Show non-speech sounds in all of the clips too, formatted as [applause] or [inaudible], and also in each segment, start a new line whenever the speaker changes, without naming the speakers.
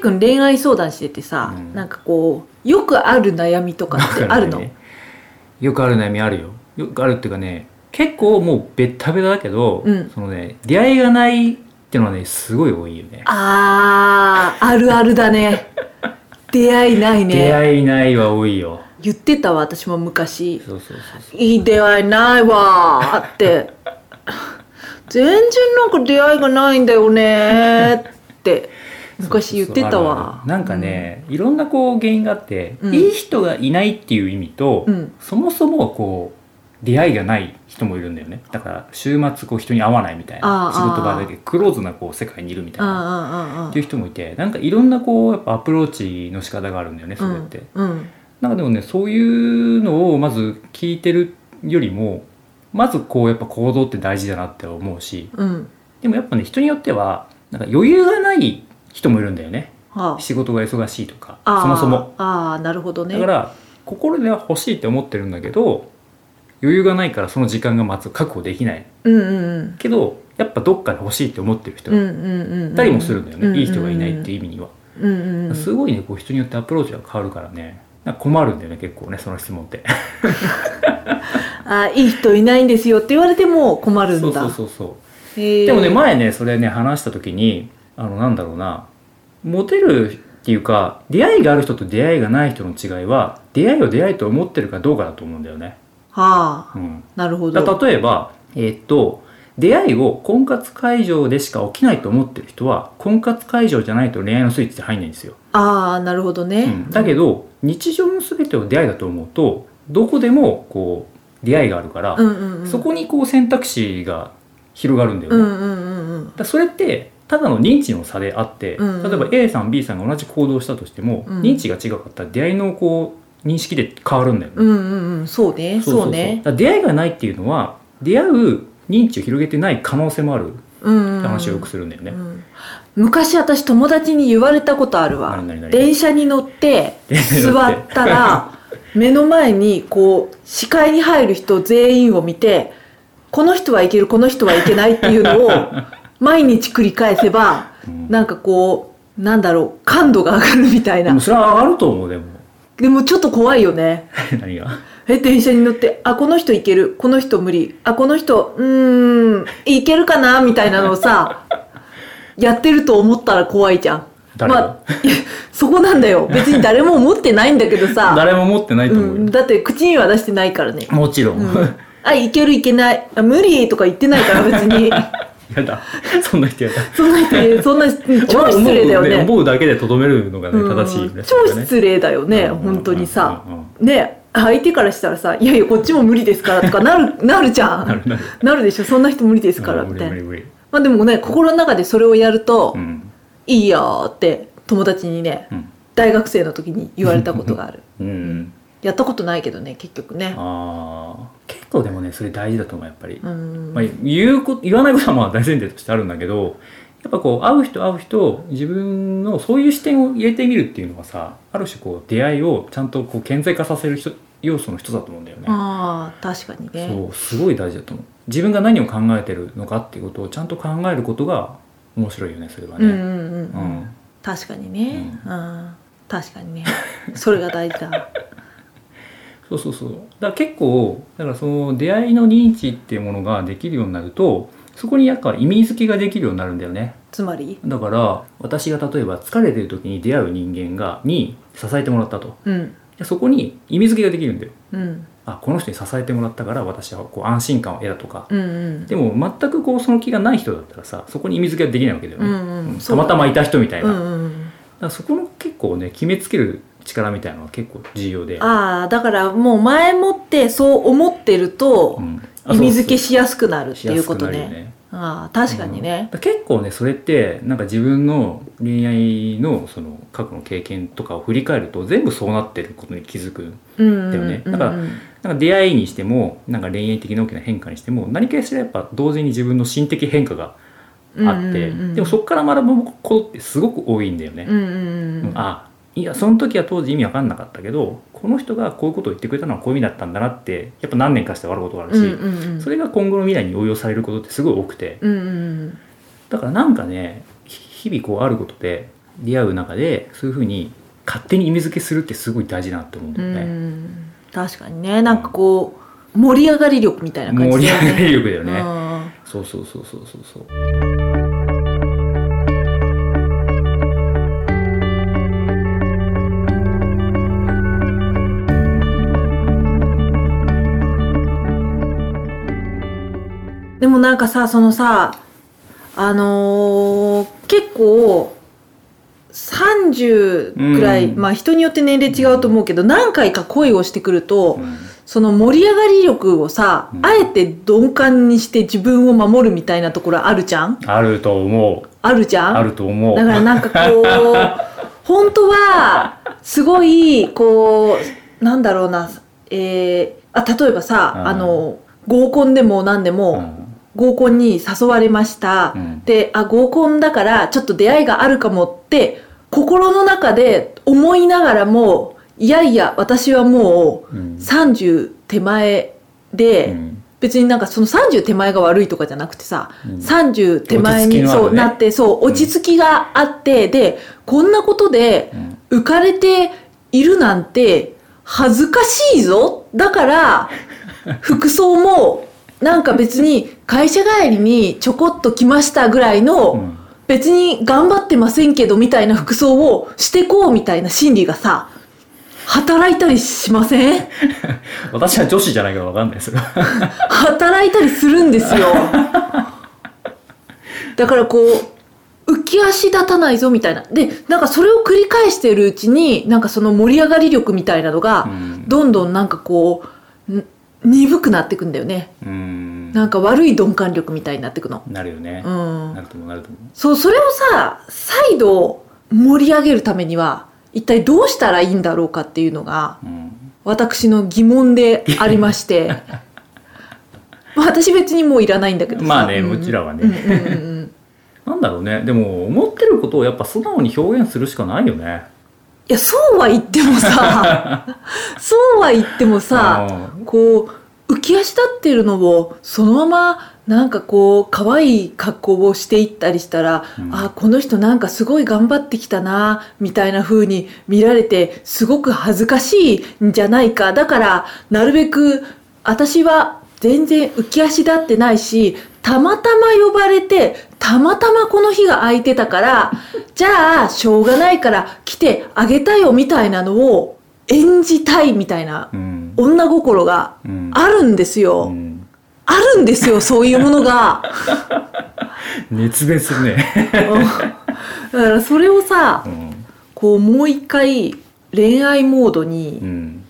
君恋愛相談しててさ、
うん
なんかこうよくある悩みとかってあるの、
ねよくある悩みあるよよくあるっていうかね結構もうベッタベタだけど、
うん
そのね出会いがないっていうのはねすごい多いよね
あーあるあるだね [laughs] 出会いない
出
ね
会いないは多いよ
言ってたわ私も昔
そうそうそうそ
いい出会いないわーって [laughs] 全然なんか出会いがないんだよねーって
う
昔言ってたわ
そうそうあるあるなんかね、いろんなこう原因があって、
うん
いい人がいないっていう意味と、
うん
そもそもこう出会いがない人もいるんだよねだから週末こう人に会わないみたい
あ
な
ー
仕事場でクローズなこう世界にいるみたい
うんう
な
う
ん
ん
っていう人もいてなんかいろんなこうやっぱアプローチの仕方があるんだよねそれって、
うんうん
なんかでもねそういうのをまず聞いてるよりもまずこうやっぱ行動って大事だなって思うし
うん
でもやっぱね人によってはなんか余裕がない人もいるんだよね
は
仕事が忙しいとか
ああー
そもそも
ああなるほどね
だから心では欲しいって思ってるんだけど余裕がないからその時間がまず確保できない
うんうん
けどやっぱどっかで欲しいって思ってる人
うんう
がい
んうんうん
たりもするんだよね、いい人がいないって
い
いう意味には。
うんうんうん
すごいねこう人によってアプローチが変わるからねなんか困るんだよね結構ねその質問って
あーいい人いないんですよって言われても困るんだ
そうそうそうそう
へー
でもね前ねそれね話した時にあのなんだろうなモテるっていうか出会いがある人と出会いがない人の違いは出会いを出会いと思ってるかどうかだと思うんだよね、
はあ
うん、
なるほ
だ
ど
から例えばえーっと出会いを婚活会場でしか起きないと思ってる人は婚活会場じゃないと恋愛のスイッチって入んないんですよ
ああなるほどね、
うんだけど日常の全てを出会いだと思うとどこでもこう出会いがあるから、
うんうんうん、
そこにこう選択肢が広がるんだよ
う
ね、
んう
だか
んうんうん
らそれってただの認知の差であって、
うんうん
例えば A さん B さんが同じ行動をしたとしても、
うん
認知が違かったら出会いのこう認識で変わるんだよね、
うんうんうんそうねそう
だ
ね
から出会いがないっていうのは出会う認知を広げてない可能性もあるっ
うんうんう
て
ん
話をよくするんだよね、
うん昔私友達に言われたことあるわ
何々々
電車に乗って
電車に乗
座
って
ったら目の前にこう視界に入る人全員を見てこの人はいけるこの人はいけないっていうのを毎日繰り返せば
うん
なんかこうなんだろう感度が上がるみたい
で
な
もそれは上がると思うでも [laughs]
でもちょっと怖いよね
何が
え電車に乗ってあこの人いけるこの人無理あこの人うーんいけるかなみたいなのを
[laughs]
さやってると思ったら怖いじゃん
誰が
まあいやそこなんだよ別に誰も思ってないんだけどさ
[laughs] 誰も持ってないと思うよ、
うん、だって口には出してないからね、
もちろん、
うんあいけるいけないあ無理とか言ってないから別
[laughs]
に
やだそんな人やだ
そんな人そんなうん超失礼だよね
思う思うだけでとどめるのがね
うん
正しいよね
超失礼だよね、
うんうんうんうん
本当にさ、ね相手からしたらさ「いやいやこっちも無理ですから」とかな
[laughs]
るなるじゃん
なるなる
なるでしょそんな人無理ですから
うん
み
無
た
理
い
無
な
理無理
まあでもね心の中でそれをやると「
うん
いいよ」って友達にね
うん
大学生の時に言われたことがある
うん
[laughs] やったことないけどね結局ね
あー結構でもねそれ大事だと思うやっぱり、
うん、
まあ、言うこと言わないことはまあ大前提としてあるんだけどやっぱこう会う人会う人自分のそういう視点を入れてみるっていうのがさある種こう出会いをちゃんとこう顕在化させる人要素の一つだと思うんだよね
あー確かにね
そうすごい大事だと思う自分が何を考えてるのかっていうことをちゃんと考えることが面白いよねそれは
うんうん
ね
うん、
うん、
確かにね、うん、確かにねそれが大事
[laughs]
だ
そうそうそうだから結構だからその出会いの認知っていうものができるようになるとそこにやっぱ意味付けができるようになるんだよね
つまり
だから私が例えば疲れてる時に出会う人間がに支えてもらったと
うん
でそこに意味付けができるんだよ
うん
あこの人に支えてもらったから私はこう安心感を得たとか
うんうん
でも全くこうその気がない人だったらさそこに意味付けができないわけだよ
う
ね、
んうん
たまたまいた人みたいな、
う
だか
んうん
らそこの結構ね決めつける力みたいなのは結構重要で、
ああだからもう前もってそう思ってると
うんあ
意味付け
そう
しやすくなるっ
そう
ていうことね
しやすくなるよ
ああ確かにね、
うん結構ねそれってなんか自分の恋愛のその過去の経験とかを振り返ると全部そうなってることに気づく
うん、
だよねだから
うん
なんか出会いにしてもなんか恋愛的な大きな変化にしても何かしらやっぱ同時に自分の心的変化が
うん
あって、
うんうんうん、
でもそこから学ぶことってすごく多いんだよね、
うんうんうん、
あいやその時は当時意味わかんなかったけどこの人がこういうことを言ってくれたのはこういう意味だったんだなってやっぱ何年かして分かることがあるし、
うんうんうん、
それが今後の未来に応用されることってすごい多くて
うんうん
だからなんかねひ日々こうあることで出会う中でそういうふうに勝手に意味付けするってすごい大事だなって思うん
う
だよね、
ん確かにねなんかこう盛り上がり力みたいな感
盛
じ
り
だよ
上が
ね
り力だよね、
うん
そうそうそうそうそうそう
でもなんかさそのさあのー結構30くらい、
うん
まあ人によって年齢違うと思うけど何回か恋をしてくると、
うん
その盛り上がり力をさ、
うん
あえて鈍感にして自分を守るみたいなところあるじゃん
あると思う
あるじゃん
あると思う
だからなんか
[laughs]
こう本当はすごいこうなんだろうな、えーあ例えばさ、
うん
あの合コンでも何でも、
うん
合コンに誘われました、
うん
であ合コンだからちょっと出会いがあるかもって心の中で思いながらもいやいや私はもう
うん
30手前で、
うん
別になんかその30手前が悪いとかじゃなくてさ、
うん
30手前に
落ち着きのある
そ
ね
うなってそう落ち着きがあって、でこんなことで
うん
浮かれているなんて恥ずかしいぞだから
[laughs]
服装もなんか別に会社帰りにちょこっと来ましたぐらいの、
うん
別に頑張ってませんけどみたいな服装をしてこうみたいな心理がさ働いたりしません
私は女子じゃないから分かんな
[laughs]
いですよ
働いたりするんですよだからこう浮き足立たないぞみたいなでなんかそれを繰り返しているうちになんかその盛り上がり力みたいなのが、
うん
どんどんなんかこうん鈍くなっていくんだよね
うん
なんか悪い鈍感力みたいになっていくの
なるよね
う、ん
なると思うなると思
そうそれをさ再度盛り上げるためには一体どうしたらいいんだろうかっていうのが
う、うん、
私の疑問でありまして
[laughs]
まあ私別にもういらないんだけどさ
まあね
ん
うちらはね
うんうんうんうん
なんだろうねでも思ってることをやっぱ素直に表現するしかないよね
いやそうは言ってもさ
[laughs]
そうは言ってもさ
うん
こう浮き足立ってるのをそのままなんかこう可愛い格好をしていったりしたら、
うん
あこの人なんかすごい頑張ってきたなみたいな風に見られてすごく恥ずかしいんじゃないかだからなるべく私は全然浮き足立ってないしたまたま呼ばれてたまたまこの日が空いてたから [laughs] じゃあしょうがないから来てあげたよみたいなのを演じたいみたいな
うん
女心が
うん
あるんですよ。
うん
あるんです
[laughs]
よ、そういうものが。
熱弁するね、
うんだからそれをさ
う、ん
こうもう一回恋愛モード
う
に
ん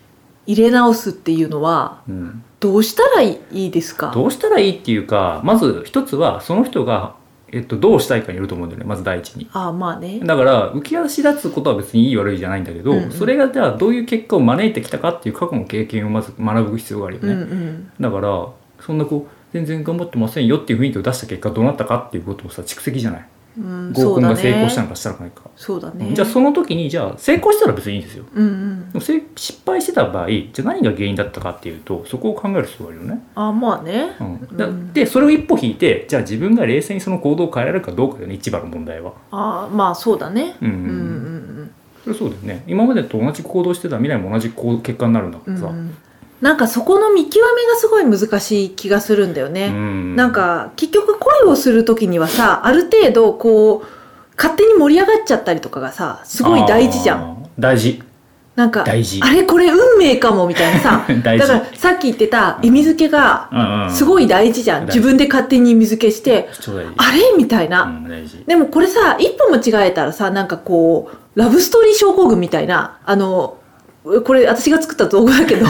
入れ直すっていうのは
うん、
どうしたらいいですか
どうしたらいいっていうかまず一つはその人が、えっと、どうしたいかによると思うんだよねまず第一に
ああまあね。
だから浮き足立つことは別にいい悪いじゃないんだけど、
うんうん
それがじゃあどういう結果を招いてきたかっていう過去の経験をまず学ぶ必要があるよ
うん
ね、
うん。
だからそんなこう全然頑張ってませんよっていう雰囲気を出した結果どうなったかっていうことをさ蓄積じゃない
うん、
合コンが成功した
の
のかしたのかないか、
そうだね。
うんじゃあその時にじゃあ成功したら別にいいんですよ
うんうん
で。もせ失敗してた場合じゃあ何が原因だったかっていうとそこを考える必要があるよね、
ああまあね。
うんだ
うん
でそれを一歩引いてじゃあ自分が冷静にその行動を変えられるかどうかだよね一番の問題は
ああまあそうだね。
うん
うんうん
それそうだよね今までと同じ行動してたら未来も同じこう結果になるんだか
うんう
ら
んう
さ、
ん。なんかそこの見極めがすごい難しい気がするんだよね。
うん
なんか結局恋をする時にはさある程度こう勝手に盛り上がっちゃったりとかがさすごい大事じゃん。
ん大事 [laughs]
なんか
大事
あれこれ運命かもみたいなさ
[laughs] 大
だ
事
からさっき言ってた意味付けが
うんうん
すごい大事じゃん、
大事
自分で勝手に意味付けして
超大事
あれみたいな、
うん、大事
でもこれさ一歩間違えたらさなんかこうラブストーリー症候群みたいなあのこれ私が作った動画だけ
[laughs]
ど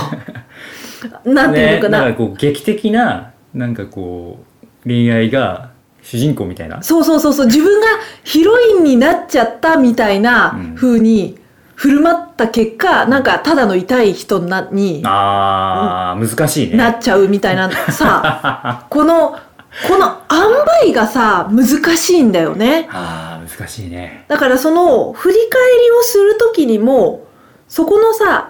なんていうのか
ね、
な、
なんかこう劇的ななんかこう恋愛が主人公みたいな
そうそうそうそう自分がヒロインになっちゃったみたいな
うん
風に振る舞った結果、なんかただの痛い人なに
あー、難しいね [laughs]
なっちゃうみたいなさこのこの塩梅がさ難しいんだよね
あー難しいね
だからその振り返りをする時にもそこのさ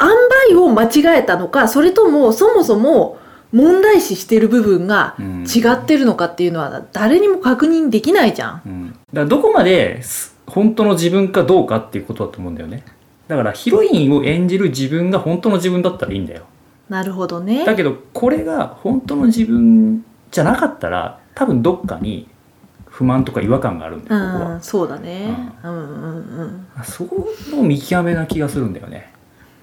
塩梅を間違えたのかそれともそもそも問題視してる部分が
うん
違ってるのかっていうのは誰にも確認できないじゃん。
うんだからどこまです本当の自分かどうかっていうことだと思うんだよねだからヒロインを演じる自分が本当の自分だったらいいんだよ
なるほどね
だけどこれが本当の自分じゃなかったら多分どっかに不満とか違和感があるんだ
う
よここは
んそうだねうんうんうん
そこの見極めな気がするんだよね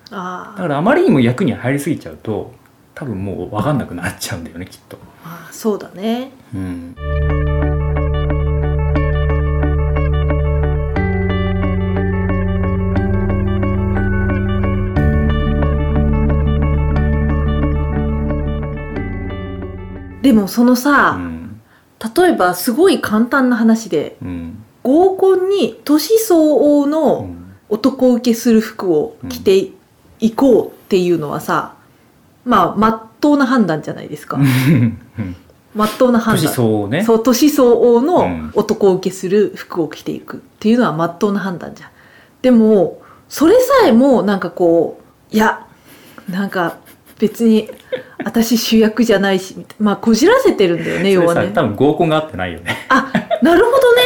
だ
あ
からあまりにも役に入りすぎちゃうと多分もう分かんなくなっちゃうんだよねきっと、
ーあーそうだね
うん、
でもその
う
さ、
ん
例えばすごい簡単な話で
うん
合コンに年相応
う
の
ん
男受けする服を着ていこうっていうのはさまあまっとうな判断じゃないですか
うん
まっとうな判
年
断
相応ね
そう年相応
う
の
ん
男を受けする服を着ていくっていうのはまっとうな判断じゃんでもそれさえもなんかこういやなんか別に私主役じゃないしみたいなまあこじらせてるんだよね要
それ
は
さ
ね
多分合コンが合ってないよね
あなるほどね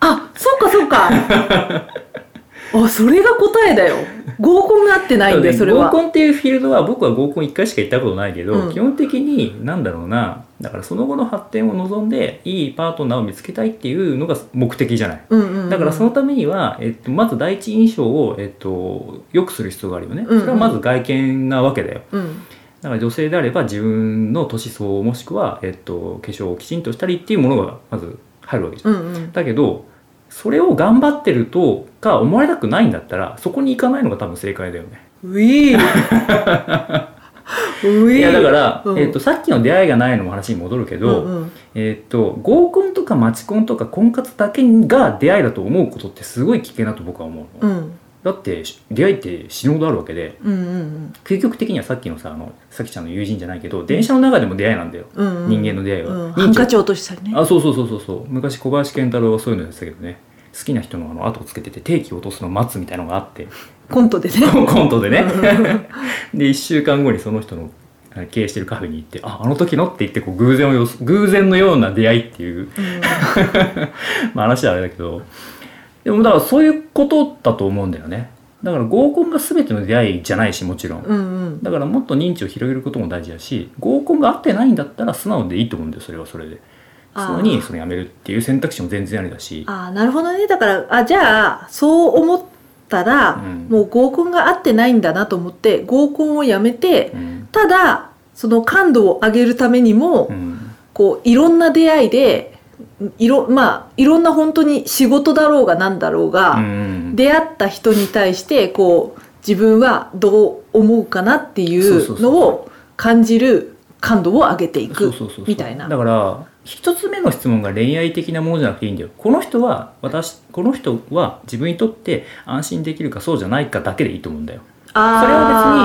あそうかそう
[laughs]
かあそれが答えだよ合コンが合ってないんだよそれ
合
は
コンっていうフィールドは僕は合コン1回しか行ったことないけど、
うん
基本的になんだろうなだからその後の発展を望んでいいパートナーを見つけたいっていうのが目的じゃない
うんうんうん
だからそのためには、えっと、まず第一印象を、えっと、良くする必要があるよね。
うんうん
それはまず外見なわけだよ。
うん
だから女性であれば自分の年相応もしくは、えっと、化粧をきちんとしたりっていうものがまず入るわけじゃん。
うんうん
だけど、それを頑張ってるとか思われたくないんだったら、そこに行かないのが多分正解だよね。
うぃ [laughs] うぃ
いや、だから、
うん
えっと、さっきの出会いがないのも話に戻るけど、
うんうん
えっと、合コンとかマチコンとか婚活だけが出会いだと思うことってすごい危険だと僕は思うの。
うん
だって出会いって死ぬほどあるわけで
うんうん
究極的にはさっきのさあのさきちゃんの友人じゃないけど電車の中でも出会いなんだよ、
うんうん、
人間の出会いは、
うん、
認知
ハンカチ落としたりね
あそうそうそうそうそう昔小林健太郎はそういうのやってたけどね好きな人のあの後をつけてて定期を落とすのを待つみたいなのがあって [laughs]
コントでね
コントで
[laughs]
ね
うん
で1週間後にその人のあの経営してるカフェに行って「ああの時の?」って言ってこう偶然をよそ偶然のような出会いっていう、 [laughs] まあ、話はあれだけどでもだからそういうことだと思うんだよねだから合コンが全ての出会いじゃないしもちろん
うんうん
だからもっと認知を広げることも大事だし合コンが合ってないんだったら素直でいいと思うんだよそれはそれで
あー
素直 [laughs] にそのやめるっていう選択肢も全然ありだし
ああなるほどねだからあじゃあそう思ったら、
うん
もう合コンが合ってないんだなと思って合コンをやめて、
うん
ただその感度を上げるためにも、
うん
こういろんな出会いでいろまあいろんな本当に仕事だろうがなんだろうが、
うん
出会った人に対してこう自分はどう思うかなってい
そうそううそう
のを感じる感度を上げてい
そ
く
うそうそうそう
みたいな。
だから一つ目の質問が恋愛的なものじゃなくていいんだよこの人は私この人は自分にとって安心できるかそうじゃないかだけでいいと思うんだよそれは別に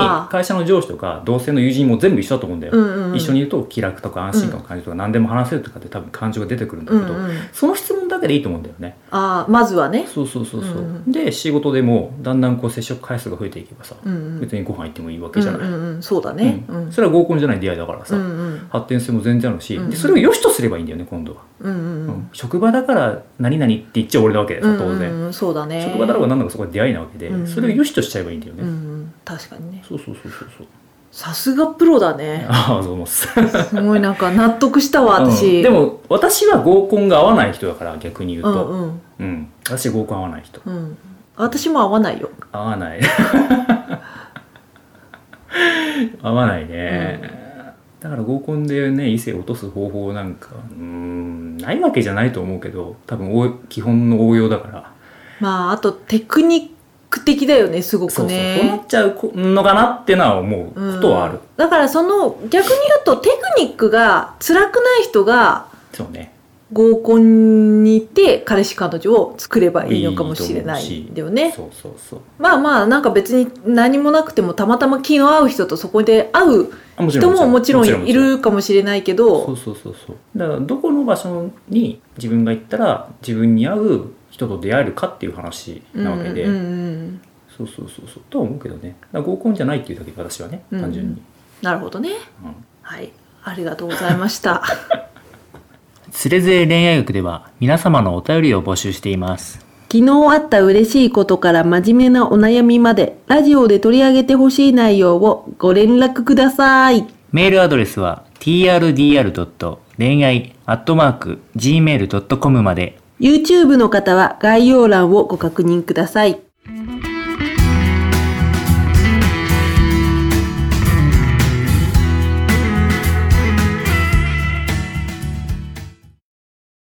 あ
会社の上司とか同性の友人も全部一緒だと思うんだよ、
ーうんうんうん
一緒にいると気楽とか安心感を感じるとか何でも話せるとかって多分感情が出てくるんだ
う
け
ん
ど、
うん、
その質問だけでいいと思うんだよね。
あーまずはね、
そうそうそうそう。
うんう
で仕事でもだんだんこう接触回数が増えていけばさ、
うんうん、
別にご飯行ってもいいわけじゃない。
うんうんうん、そうだね、
う
うんんうん
それは合コンじゃない出会いだからさ、
うん
発展性も全然あるし、
うんうん
でそれを良しとすればいいんだよね今度は、
うんうん
うん職場だから何々って言っちゃ俺なわけだよさ当然、
うんうん、そうだね
職場だろうが何だろうがそこは出会いなわけで、
うんうん
それを良しとしちゃえばいいんだよね。
うんうん、確かにね
そうそうそうそうそう。 [laughs]
さすがプロだね
ああ、そう思うっす。
すごいなんか納得したわ私、
うんでも、私は合コンが合わない人だから、逆に言う
う
と。
んうん
うん、私合コン合わない人。
うん私も合わないよ
合わない [laughs] 合わないね、だから合コンでね異性を落とす方法なんかうーんないわけじゃないと思うけど多分お基本の応用だから
まああとテクニック的だよねすご
そ
く
うそうそうな
ね
っちゃうこのかなってのは思うことはある、
うんだからその逆に言うとテクニックが辛くない人が
そうね
合コンに行って彼氏彼女を作ればいいのかもしれないんだよね
そうそうそう
まあまあなんか別に何もなくてもたまたま気の合う人とそこで会う
あもちろ
人
ん
ももちろんい
もち
るかもしれないけ
ろ
ど
んそうそうそうそうだからどこの場所に自分が行ったら自分に合う人と出会えるかっていう話
うん
なわけで、
うんうん
そうそうそうそうとは思うけどねだから合コンじゃないっていうだけで私はね
うん
単純に、
なるほどね
うん
はいありがとうございました
つれづれ恋愛学では皆様のお便りを募集しています
昨日あった嬉しいことから真面目なお悩みまで、ラジオで取り上げてほしい内容をご連絡ください。
メールアドレスは trdr. 恋愛 .gmail.com まで
YouTube の方は概要欄をご確認ください。